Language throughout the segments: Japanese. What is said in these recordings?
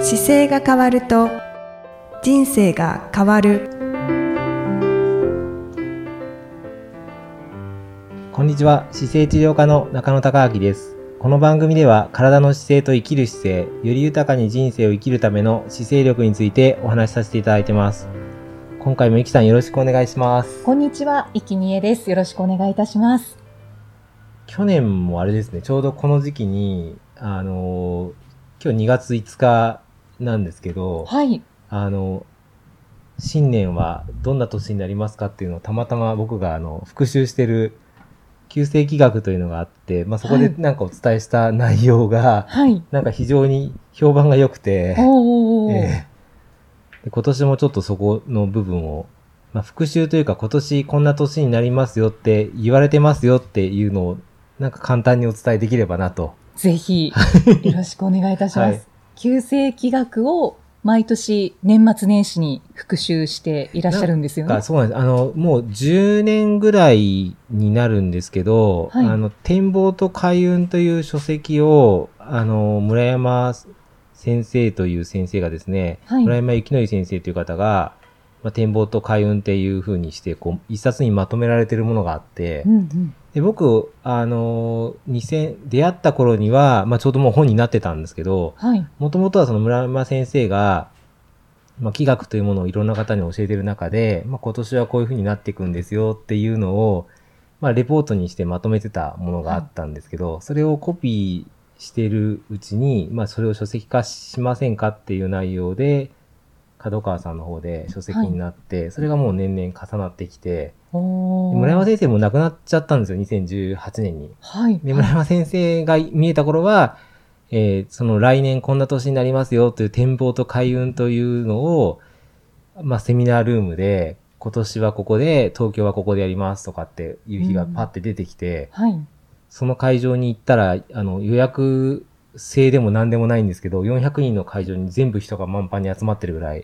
姿勢が変わると人生が変わるこんにちは姿勢治療科の中野孝明ですこの番組では体の姿勢と生きる姿勢より豊かに人生を生きるための姿勢力についてお話しさせていただいてます今回もいきさんよろしくお願いしますこんにちは、いきにえです。よろしくお願いいたします。去年もあれですねちょうどこの時期にあの今日2月5日なんですけどはい。あの、新年はどんな年になりますかっていうのをたまたま僕があの復習してる旧世紀学というのがあって、まあ、そこではいなんかお伝えした内容が、はい。なんか非常に評判が良くて、おー。ええで今年もちょっとそこの部分を、まあ、復習というか今年こんな年になりますよって言われてますよっていうのをなんか簡単にお伝えできればなと。ぜひ、よろしくお願いいたしまはす。い旧世紀学を毎年年末年始に復習していらっしゃるんですよねか。そうなんです。あの、もう10年ぐらいになるんですけど、はいあの、展望と開運という書籍を、あの、村山先生という先生がですね、はい村山幸則先生という方が、まあ、展望と開運っていう風にして、こう、一冊にまとめられてるものがあって、うんうん。で僕、あの、2000、出会った頃には、まあ、ちょうどもう本になってたんですけど、はい。もともとはその村山先生が、まあ、気学というものをいろんな方に教えてる中で、まあ、今年はこういうふうになっていくんですよっていうのを、まあ、レポートにしてまとめてたものがあったんですけど、それをコピーしてるうちに、まあ、それを書籍化しませんかっていう内容で、角川さんの方で書籍になって、それがもう年々重なってきて、おー。村山先生も亡くなっちゃったんですよ、2018年に。はい。で村山先生が見えた頃は、えーその来年こんな年になりますよという展望と開運というのを、まあセミナールームで、今年はここで、東京はここでやりますとかっていう日がパッて出てきて、はい。その会場に行ったら、あの予約制でも何でもないんですけど、400人の会場に全部人が満帆に集まってるぐらい、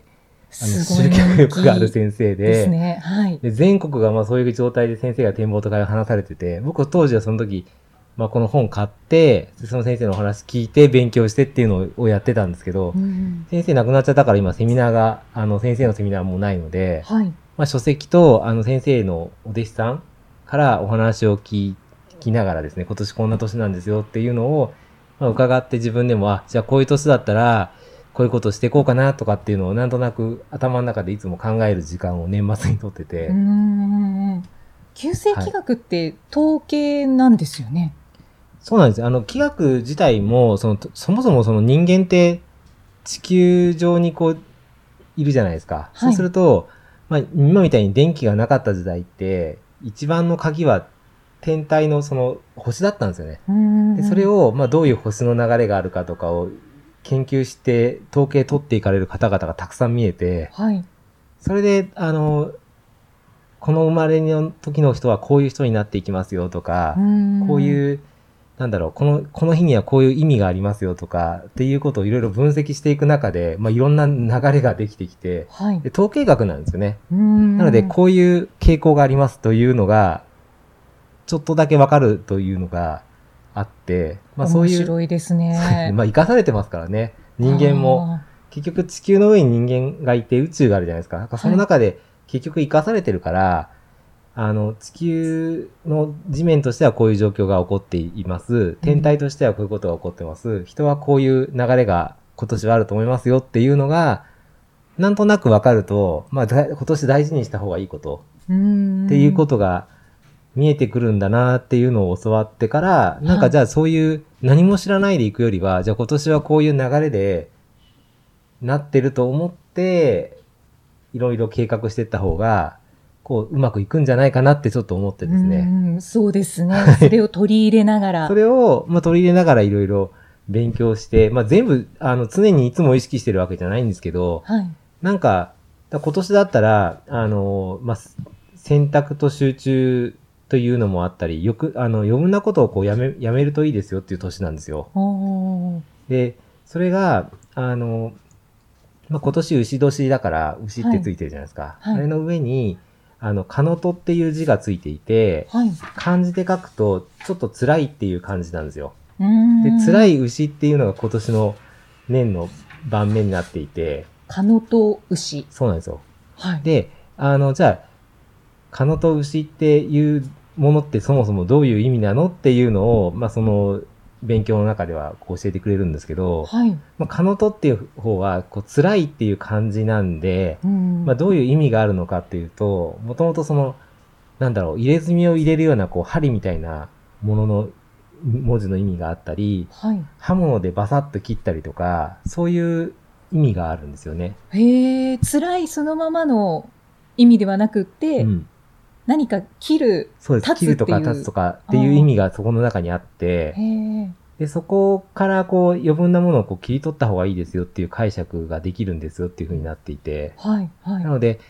あのすご集い客力がある人先生気で、ですね。はい。で全国がまあそういう状態で先生が展望とか話されてて僕当時はその時、まあ、この本買ってその先生のお話聞いて勉強してっていうのをやってたんですけど、うん先生亡くなっちゃったから今セミナーがあの先生のセミナーもうないので、はい。まあ、書籍とあの先生のお弟子さんからお話を聞きながらですね今年こんな年なんですよっていうのを、まあ、伺って自分でもあじゃあこういう年だったらこういうことしていこうかなとかっていうのをなんとなく頭の中でいつも考える時間を年末にとってて。うーん。旧世紀学って統計なんですよね。そうなんです。あの、気学自体も、その、とそもそもその人間って地球上にこう、いるじゃないですか。いそうすると、まあ、今みたいに電気がなかった時代って、一番の鍵は天体のその星だったんですよね。うんうでんそれを、まあ、どういう星の流れがあるかとかを研究して、統計取っていかれる方々がたくさん見えて、はい。それで、あの、この生まれの時の人はこういう人になっていきますよとか、こうういう、なんだろう、この、この日にはこういう意味がありますよとか、っていうことをいろいろ分析していく中で、まあ、いろんな流れができてきて、ーん。はい。で統計学なんですよね。ななので、こういう傾向がありますというのが、ちょっとだけわかるというのがあって、まあそうい面う、。白いですねまあ生かされてますからね。人間も、あ結局地球の上に人間がいて宇宙があるじゃないですか。なんかその中で結局生かされてるから、あの、地球の地面としてはこういう状況が起こっています。天体としてはこういうことが起こってます。人はこういう流れが今年はあると思いますよっていうのが、なんとなくわかると、まあ、だ今年大事にした方がいいことー。うんっていうことが見えてくるんだなっていうのを教わってから、なんはかいじゃあそういう何も知らないで行くよりは、じゃあ今年はこういう流れでなってると思って、いろいろ計画していった方が、こう、うまくいくんじゃないかなってちょっと思ってですうね。んそうですね。それを取り入れながら。それを、まあ、取り入れながらいろいろ勉強して、まあ、全部、あの、常にいつも意識してるわけじゃないんですけど、はい。なんか、だ今年だったら、あの、まあ、す選択と集中というのもあったり、よく、あの、余分なことをこうやめ、やめるといいですよっていう年なんですよ。おーで、それが、あの、まあ、今年牛年だから、牛ってついてるじゃないですか。はいはあいれの上に、あの、カノトっていう字がついていて、はい。漢字で書くと、ちょっと辛いっていう感じなんですよ。うーんで、辛い牛っていうのが今年の年の盤面になっていて、カノと牛。そうなんですよ。はい。で、あの、じゃあ、カノと牛っていうものってそもそもどういう意味なのっていうのを、まあ、その、勉強の中ではこう教えてくれるんですけど、はい。まあ、カノトっていう方は、こう、辛いっていう感じなんで、うん。まあ、どういう意味があるのかっていうと、もともとその、なんだろう、入れ墨を入れるような、こう、針みたいなものの、文字の意味があったり、はい。刃物でバサッと切ったりとか、そういう意味があるんですよね。へえ、辛いそのままの意味ではなくって、うん。何か切る。そうです。立切つるとかっていう立つとかっていう意味がそこの中にあってへ、え。で、そこからこう余分なものをこう切り取った方がいいですよっていう解釈ができるんですよっていう風になっていて、はい。はいな。ので、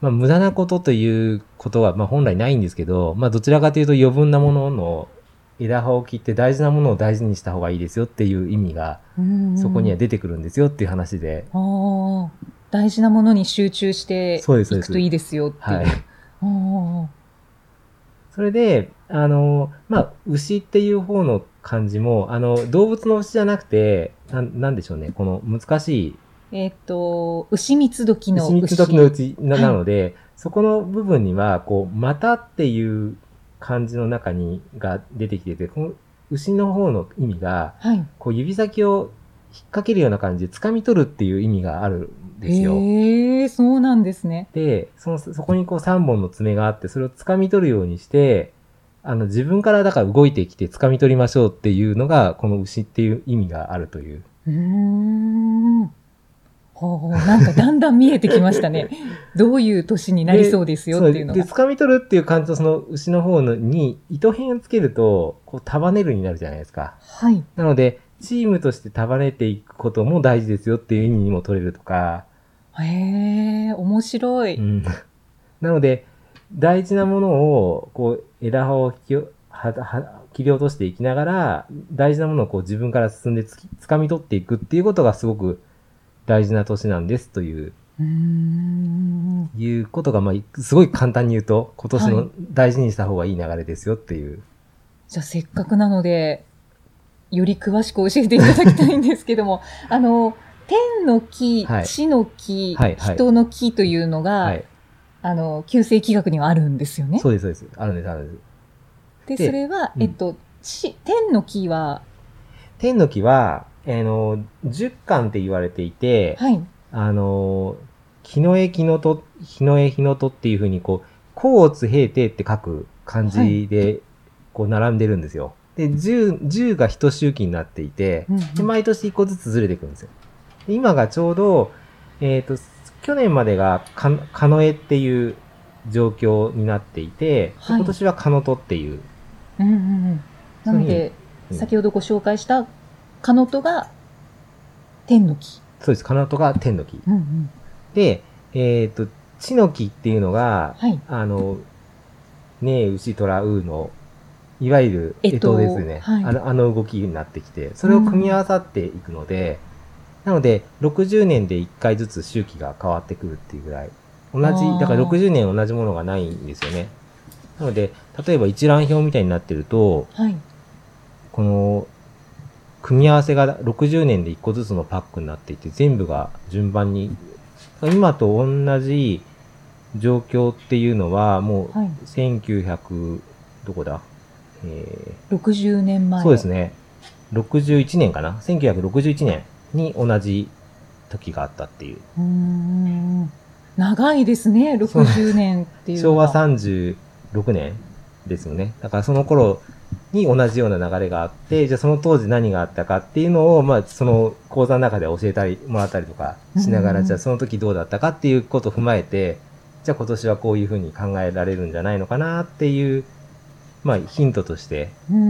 まあ無駄なことということはまあ本来ないんですけど、まあどちらかというと余分なものの枝葉を切って大事なものを大事にした方がいいですよっていう意味がうんそこには出てくるんですよっていう話で、ああ、大事なものに集中していそうですそうでくすといいですよっていう。はい。あそれで、あの、まあ、牛っていう方の漢字も、あの、動物の牛じゃなくて、なんなんでしょうね、この難しい、ーえっ、と、牛蜜時の牛牛。蜜時のうちなはいなので、そこの部分には、こう、またっていう漢字の中に、が出てきてて、この牛の方の意味が、はい。こう、指先を引っ掛けるような感じで掴み取るっていう意味があるんですよ。へえ、そうなんですね。で、その、そこにこう3本の爪があって、それを掴み取るようにして、あの、自分からだから動いてきて掴み取りましょうっていうのが、この牛っていう意味があるという。うーん。ほう、なんかだんだん見えてきました ね。どういう年になりそうですよっていうので、が。掴み取るっていう感じと、その牛の方のに糸辺をつけると、こう束ねるになるじゃないですか。はい。なので、チームとして束ねていくことも大事ですよっていう意味にも取れるとか、へえ、面白うい。んなので、大事なものを、こう、枝葉を引きよはは切り落としていきながら、大事なものをこう自分から進んでつき掴み取っていくっていうことがすごく大事な年なんですという、うーん。いうことが、まあい、すごい簡単に言うと、今年はいの大事にした方がいい流れですよっていう。じゃあせっかくなので、より詳しく教えていただきたいんですけども、 あの、天の木、はい地の木、はいはい人の木というのが、はい。あの、旧世紀学にはあるんですよね。そうです、そうです。あるんです、あるんです。で、でそれは、うんえっと、地天の木は、天の木は、あの、10巻って言われていて、はい、あのー、日の絵日のと、日の絵日のとっていうふうに、こう、甲乙平定って書く漢字で、こう、並んでるんですよ。で、10、10が一周期になっていて、うんで、毎年一個ずつずれていくんですよ。で今がちょうど、えっ、と、去年までがか、かのえっていう状況になっていて、ではい今年はかのとっていう、うんうんうんなので、うん先ほどご紹介した、カノトが天の木。そうです、かのとが天の木。うんうんで、えっ、と、地の木っていうのが、はい。あの、ねえ、牛、虎、うの、いわゆる、干え支とですね、はいあの。あの動きになってきて、それを組み合わさっていくので、なので、60年で1回ずつ周期が変わってくるっていうぐらい。同じあー、だから60年同じものがないんですよね。なので、例えば一覧表みたいになってると、はい。この、組み合わせが60年で1個ずつのパックになっていて、全部が順番に、今と同じ状況っていうのは、もうはい。 1900、どこだえ60年ー前。そうですね。ね。61年かな ?1961 年に同じ時があったっていう。うーん。長いですね、60年っていうの昭は。和36年ですよね。だからその頃に同じような流れがあって、じゃあその当時何があったかっていうのを、まあその講座の中で教えたり、もらったりとかしながうんうら、んじゃあその時どうだったかっていうことを踏まえて、じゃあ今年はこういうふうに考えられるんじゃないのかなっていう、まあヒントとして、うんうんう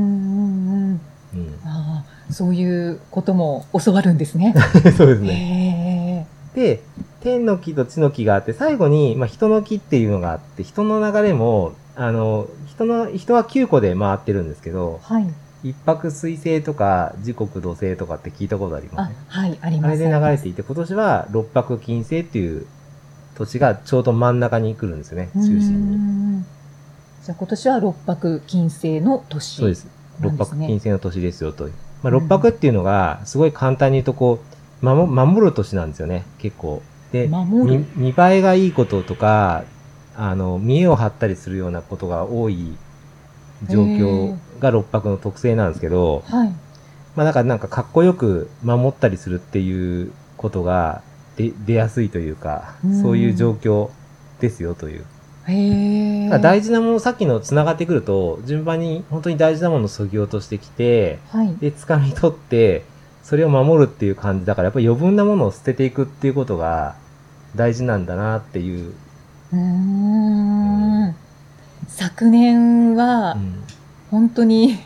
んうん、ああ、そういうことも教わるんですね。 そうですね。へえ。で、天の木と地の木があって、最後に、まあ、人の木っていうのがあって、人の流れも、あの、人の、人は9個で回ってるんですけど、はい。一泊水星とか時刻土星とかって聞いたことありますあね。、はい、ありあます。れで流れていて、今年は六泊金星っていう土地がちょうど真ん中に来るんですよね、う中ん心に。じゃあ今年は六白金星の年。そうです。な六んです泊ね金星の年ですよと。まあ、六泊っていうのが、すごい簡単に言うとこう、守守る年なんですよね、結構。で、守る。み見栄えがいいこととか、あの、見栄を張ったりするようなことが多い状況が六白の特性なんですけど、はい。まあだからなんかかっこよく守ったりするっていうことがで出やすいというかう、んそういう状況ですよという。へえ。だから大事なもの、さっきの繋がってくると、順番に本当に大事なものを削ぎ落としてきて、はい。で、掴み取って、それを守るっていう感じだから、やっぱり余分なものを捨てていくっていうことが大事なんだなっていう。うーん。昨年はう、ん本当に、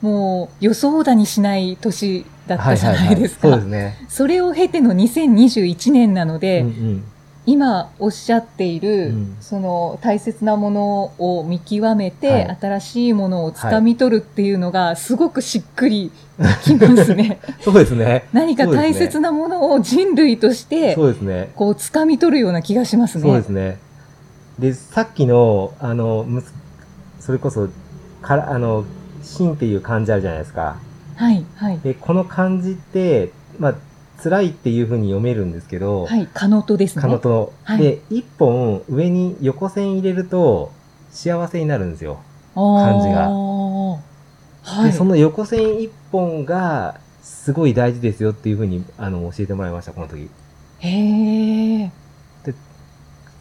もう予想だにしない年だったじゃないですそうでかす。ね。それを経ての2021年なので、うん今おっしゃっている、うんその大切なものを見極めて、はい新しいものを掴み取るっていうのがすごくしっくりきますね。うん そうですね。何かそうですね大切なものを人類としてそうですね。こう掴み取るような気がしますね。そうですね。で、さっきの、あの、むつそれこそ、から、あの、芯っていう漢字あるじゃないですか。はいはいで、この漢字って、まあ、辛いっていうふうに読めるんですけど、はい可能とですね。かのと、はいで、一本上に横線入れると、幸せになるんですよ。感じががはで、い。その横線一本が、すごい大事ですよっていうふうに、あの、教えてもらいました、この時。へえ。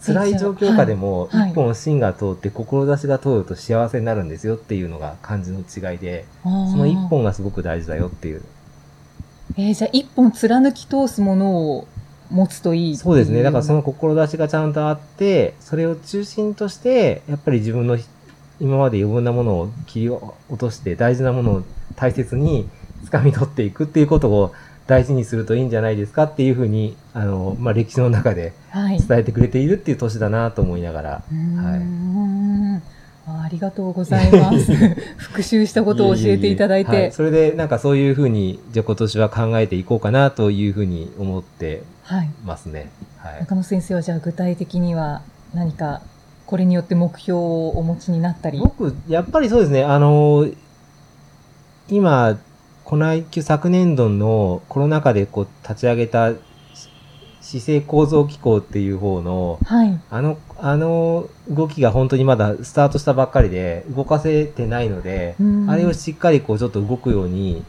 辛い状況下でも、はいはい一本芯が通って、志が通ると幸せになるんですよっていうのが漢字の違いで、そその一。本がすごく大事だよっていう。えーじゃあ一本貫き通すものを持つといいっていそうですね。だからその志がちゃんとあって、それを中心として、やっぱり自分のひ今まで余分なものを切り落として、大事なものを大切に掴み取っていくっていうことを大事にするといいんじゃないですかっていうふうに、あの、まあ、歴史の中ではい。伝えてくれているっていう年だなと思いながら。うーんあありがとうござい ます。復習したことを教えていただいはて。それで、なんかそういうふうに、じゃあ今年は考えていこうかなというふうに思ってはい。ますね。はい。中野先生はじゃあ具体的には何かこれによって目標をお持ちになったり。僕、やっぱりそうですね、あの今、この一級昨年度のコロナ禍でこう立ち上げた市政構造機構っていう方の、はい。あの、あの動きが本当にまだスタートしたばっかりで、動かせてないので、うんあれをしっかりこうちょっと動くように、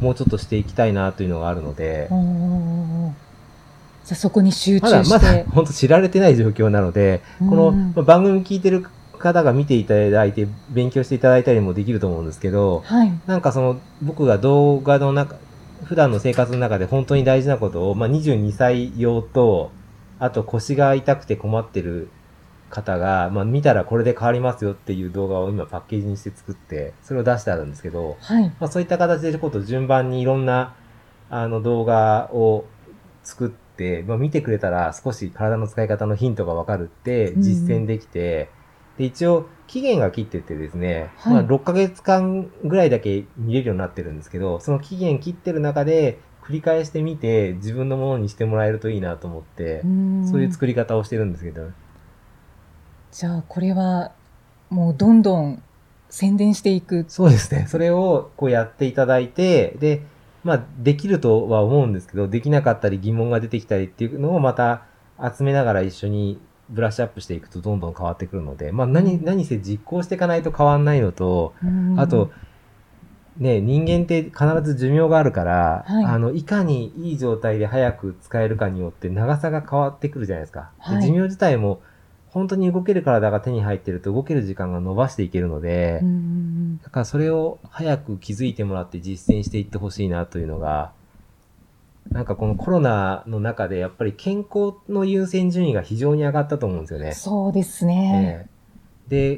もうちょっとしていきたいなというのがあるのでおー、おーじゃあそこに集中まだましだて。本当知られてない状況なので、このうんまあ番組聞いてる方が見ていただいて、勉強していただいたりもできると思うんですけど、はい。なんかその僕が動画の中、普段の生活の中で本当に大事なことを、まあ、22歳用と、あと腰が痛くて困ってる方が、まあ、見たらこれで変わりますよっていう動画を今パッケージにして作って、それを出してあるんですけど、はい。まあ、そういった形でちょっと順番にいろんなあの動画を作って、まあ、見てくれたら少し体の使い方のヒントがわかるってうん実践できて、で一応期限が切っててですね、はいまあ、6ヶ月間ぐらいだけ見れるようになってるんですけどその期限切ってる中で繰り返してみて自分のものにしてもらえるといいなと思って、そそういう作り方をしてるんですけど、じゃあこれはもうどんどん宣伝していく。そうですね。それをこうやっていただいて、で、まあ、できるとは思うんですけど、できなかったり疑問が出てきたりっていうのをまた集めながら一緒にブラッシュアップしていくとどんどん変わってくるので、まあ、何、何せ実行していかないと変わんないのと、うんあと、、ね、人間って必ず寿命があるから、はいあの、いかにいい状態で早く使えるかによって長さが変わってくるじゃないですか。ではい寿命自体も本当に動ける体が手に入ってると動ける時間が伸ばしていけるので、うんだからそれを早く気づいてもらって実践していってほしいなというのが、なんかこのコロナの中でやっぱり健康の優先順位が非常に上がったと思うんですよね。そうですね。ええ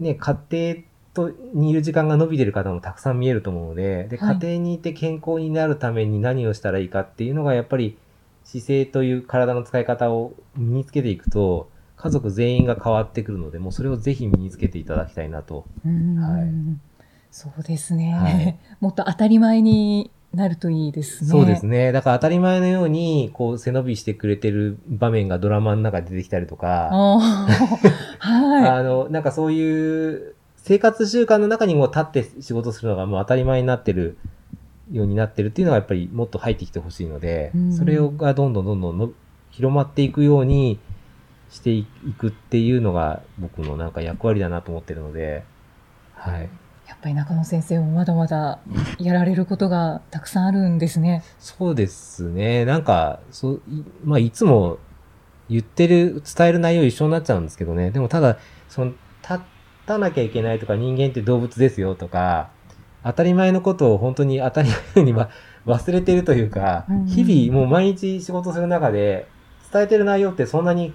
で、ね、家庭とにいる時間が伸びてる方もたくさん見えると思うので、で、は家い庭にいて健康になるために何をしたらいいかっていうのが、やっぱり姿勢という体の使い方を身につけていくと、家族全員が変わってくるので、もうそれをぜひ身につけていただきたいなと。うんはいそうですね、はい もっと当たり前になるといいですね。そうですね。だから当たり前のように、こう、背伸びしてくれてる場面がドラマの中で出てきたりとか、おーはあの、なんかそういう生活習慣の中にも立って仕事するのがもう当たり前になってるようになってるっていうのはやっぱりもっと入ってきてほしいので、うんそれをがどんどんどんどんの広まっていくようにしていくっていうのが僕のなんか役割だなと思ってるので、はい。やっぱり中野先生もまだまだやられることがたくさんあるんですね。そうですね。なんか、そう、いまあ、いつも言ってる、伝える内容一緒になっちゃうんですけどね。でも、ただ、その、立たなきゃいけないとか、人間って動物ですよとか、当たり前のことを本当に当たり前に、ま、忘れてるというかうん、日々もう毎日仕事する中で、伝えてる内容ってそんなに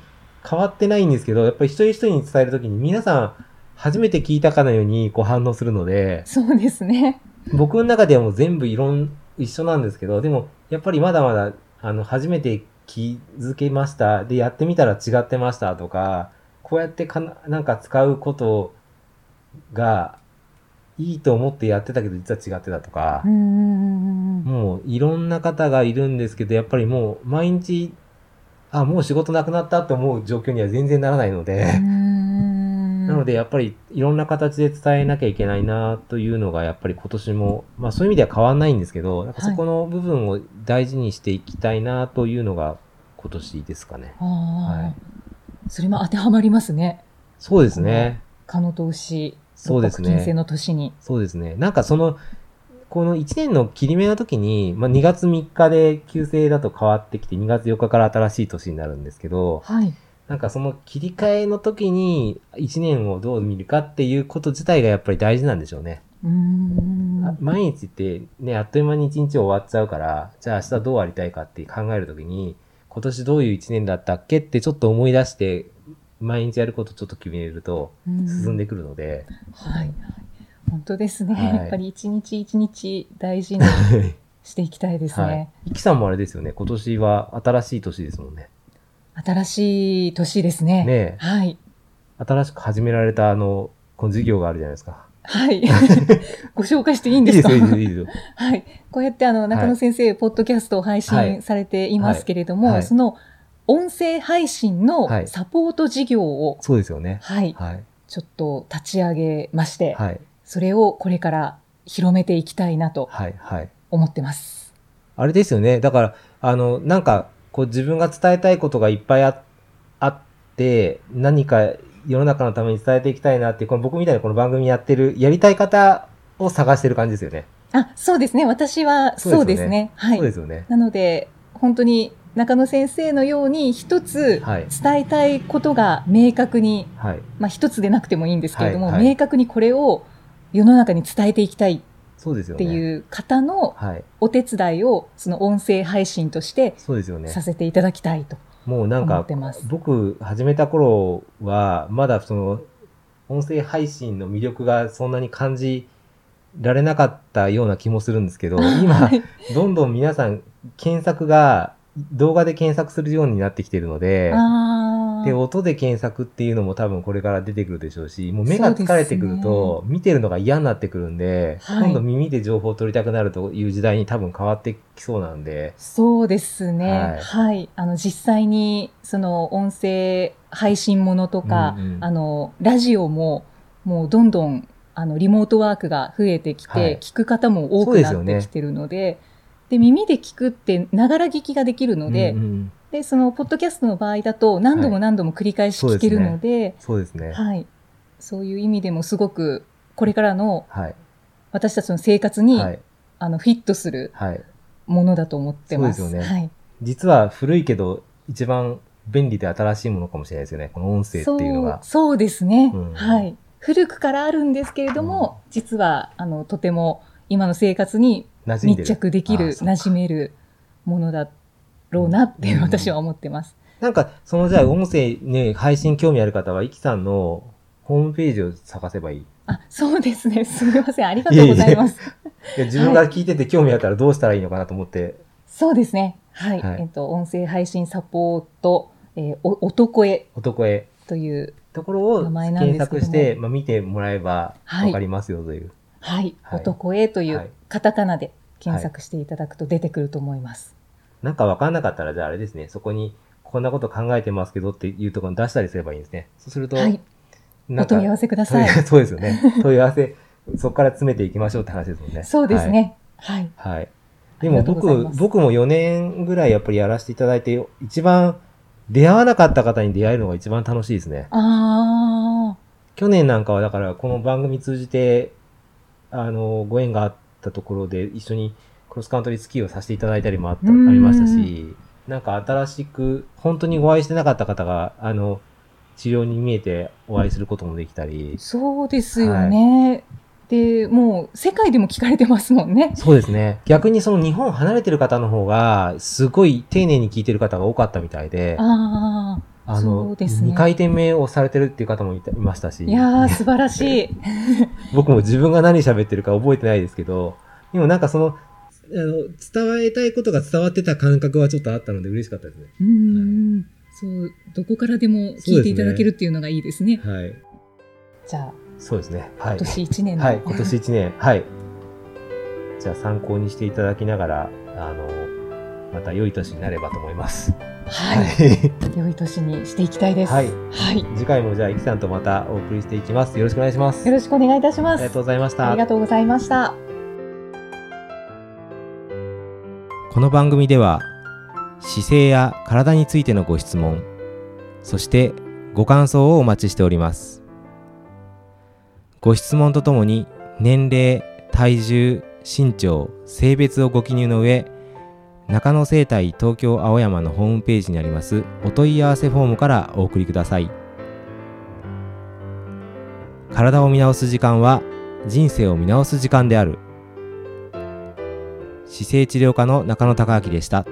変わってないんですけど、やっぱり一人一人に伝えるときに皆さん、初めて聞いたかのようにこう反応するので、そうですね。僕の中ではもう全部いろん、一緒なんですけど、でも、やっぱりまだまだ、あの、初めて気づけました。で、やってみたら違ってましたとか、こうやってかな、なんか使うことが、いいと思ってやってたけど、実は違ってたとかう、んうんうんうんもういろんな方がいるんですけど、やっぱりもう毎日、あ、もう仕事なくなったと思う状況には全然ならないので、うん。なので、で、やっぱりいろんな形で伝えなきゃいけないなというのが、やっぱり今年も、まあそういう意味では変わんないんですけど、なんかはいそこの部分を大事にしていきたいなというのが今年ですかね。ああ、はいそれも当てはまりますね。そうですね。蚊の投資、そうですね金星の年に。そうですね。なんかその、この1年の切り目の時に、まあ2月3日で旧姓だと変わってきて、2月4日から新しい年になるんですけど、はい。なんかその切り替えの時に1年をどう見るかっていうこと自体がやっぱり大事なんでしょうね。うん。あ毎日ってね、あっという間に一日終わっちゃうから、じゃあ明日どうありたいかって考えるときに、今年どういう一年だったっけってちょっと思い出して、毎日やることちょっと決めると進んでくるので、はい。本当ですね。はいやっぱり一日一日大事にしていきたいですね。はい。いきさんもあれですよね、今年は新しい年ですもんね。新しい年ですね。ねえはい。新しく始められたあの、この授業があるじゃないですか。はい。 ご紹介していいんいでいすでかすよ、いいですよ、いいですよ。はい。こうやってあの、中野先生、ポッドキャストを配信されていますけれども、はいはいその音声配信はのいサポート事業を、そうですよね。はい、はい。ちょっと立ち上げまして、はい。それをこれから広めていきたいなとはい。はい。思ってます。あれですよね。だから、あの、なんか、こう自分が伝えたいことがいっぱいああって、何か世の中のために伝えていきたいなっていう、この僕みたいなこの番組やってる、やりたい方を探してる感じですよね。あ、そうですね。私はそうですね。そうですよはいそう。ですよね。なので、本当に中野先生のように一つはい。伝えたいことが明確に、はい。まあ一つでなくてもいいんですけれども、はいはい明確にこれを世の中に伝えていきたいっそうですよてね。う。いう方のはい。お手伝いをその音声配信としてそうですよねさ。せていただきたいともうなん思かって、ます。僕始めた頃は、まだその、音声配信の魅力がそんなに感じられなかったような気もするんですけ ど、今 は、いどんどん皆さん検索が動画で検索するようになってきてるので、あで、ー音で検索っていうのも多分これから出てくるでしょうし、もう目が疲れてくるそと、見てるのが嫌になってくるんで、はい今度耳で情報を取りたくなるという時代に多分変わってきそうなんで、そうですね。は、はいいあの、実際に、その、音声配信ものとか、うんうんあの、ラジオも、もうどんどん、あの、リモートワークが増えてきて、はい聞く方も多そうくですなよっねてきてるので、で耳で聞くって、ながら聞きができるので、うんうんで、その、ポッドキャストの場合だと、何度も何度も繰り返し聞けるので、そうですね。はい。そういう意味でもすごく、これからのはい。私たちの生活に、はい。あの、フィットするはい。ものだと思ってます。そうですよねはい。実は古いけど、一番便利で新しいものかもしれないですよね。この音声っていうのが。そうそうですね、うんはい古くからあるんですけれども、実はあのとても今の生活に馴染んで密る。着できるあそうか馴染めるものだろうなってうん私は思ってます、なんか、そのじゃあ音声ね、配信興味ある方は、イキさんのホームページを探せばいい。いあそうです ねすみませんありがとうございますや自分が聞いてて興味あったらどうしたらいいのかなと思って、そうですねはい、はいえっと音声配信サポート、えー、お男へ男へというところを名前なんです検けども索して、まあ、見てもらえばはいわかりますよという。はい、はい男へといはういカタカナで検索していただくと出てくると思います、なんかわかんなかったら、じゃああれですね、そこにこんなこと考えてますけどっていうところに出したりすればいいんですね。そうすると、はい、なおんか問い合わせくださ 問いい合わせそうですよね。問い合わせ、そこから詰めていきましょうって話ですもんね。そうですねはいはい。はい。でもあり僕がとうございま、す僕も4年ぐらいやっぱりやらせていただいて、一番出会わなかった方に出会えるのが一番楽しいですね。あ去年なんかはだからこの番組通じて、あの、ご縁があったところで一緒にクロスカントリースキーをさせていただいたりもあったあうりんましたし、なんか新しく、本当にお会いしてなかった方が、あの、治療に見えてお会いすることもできたりあ、、そうですよね。で、もう世界でも聞かれてますもんね。そうですね。逆にその日本離れてる方の方が、すごい丁寧に聞いてる方が多かったみたいで、ああ、あそうの、ですね2回転目をされてるっていう方もいたいましたし、いやー、素晴らしい。僕も自分が何喋ってるか覚えてないですけど、でもなんかその、あの、伝えたいことが伝わってた感覚はちょっとあったので嬉しかったですね。うん。そう、どこからでも聞いていただけるっていうのがいいですね。はい。じゃあ、そうですね。はい今。年1年の、はい。今年1年。はい。じゃあ参考にしていただきながら、あの、また良い年になればと思います。はいい。 良い年にしていきたいです。はいはい。よ次回もじゃあ、いきさんとまたお送りしていきます。よろしくお願いします。ろしくお願いいたしあまりがすと。うございました。ありがとうございました。この番組では姿勢や体についてのご質問そしてご感想をお待ちしておりますご質問とともに年齢体重身長性別をご記入の上中野生態東京青山のホームページにありますお問い合わせフォームからお送りください体を見直す時間は人生を見直す時間である姿勢治療科の中野孝明でした。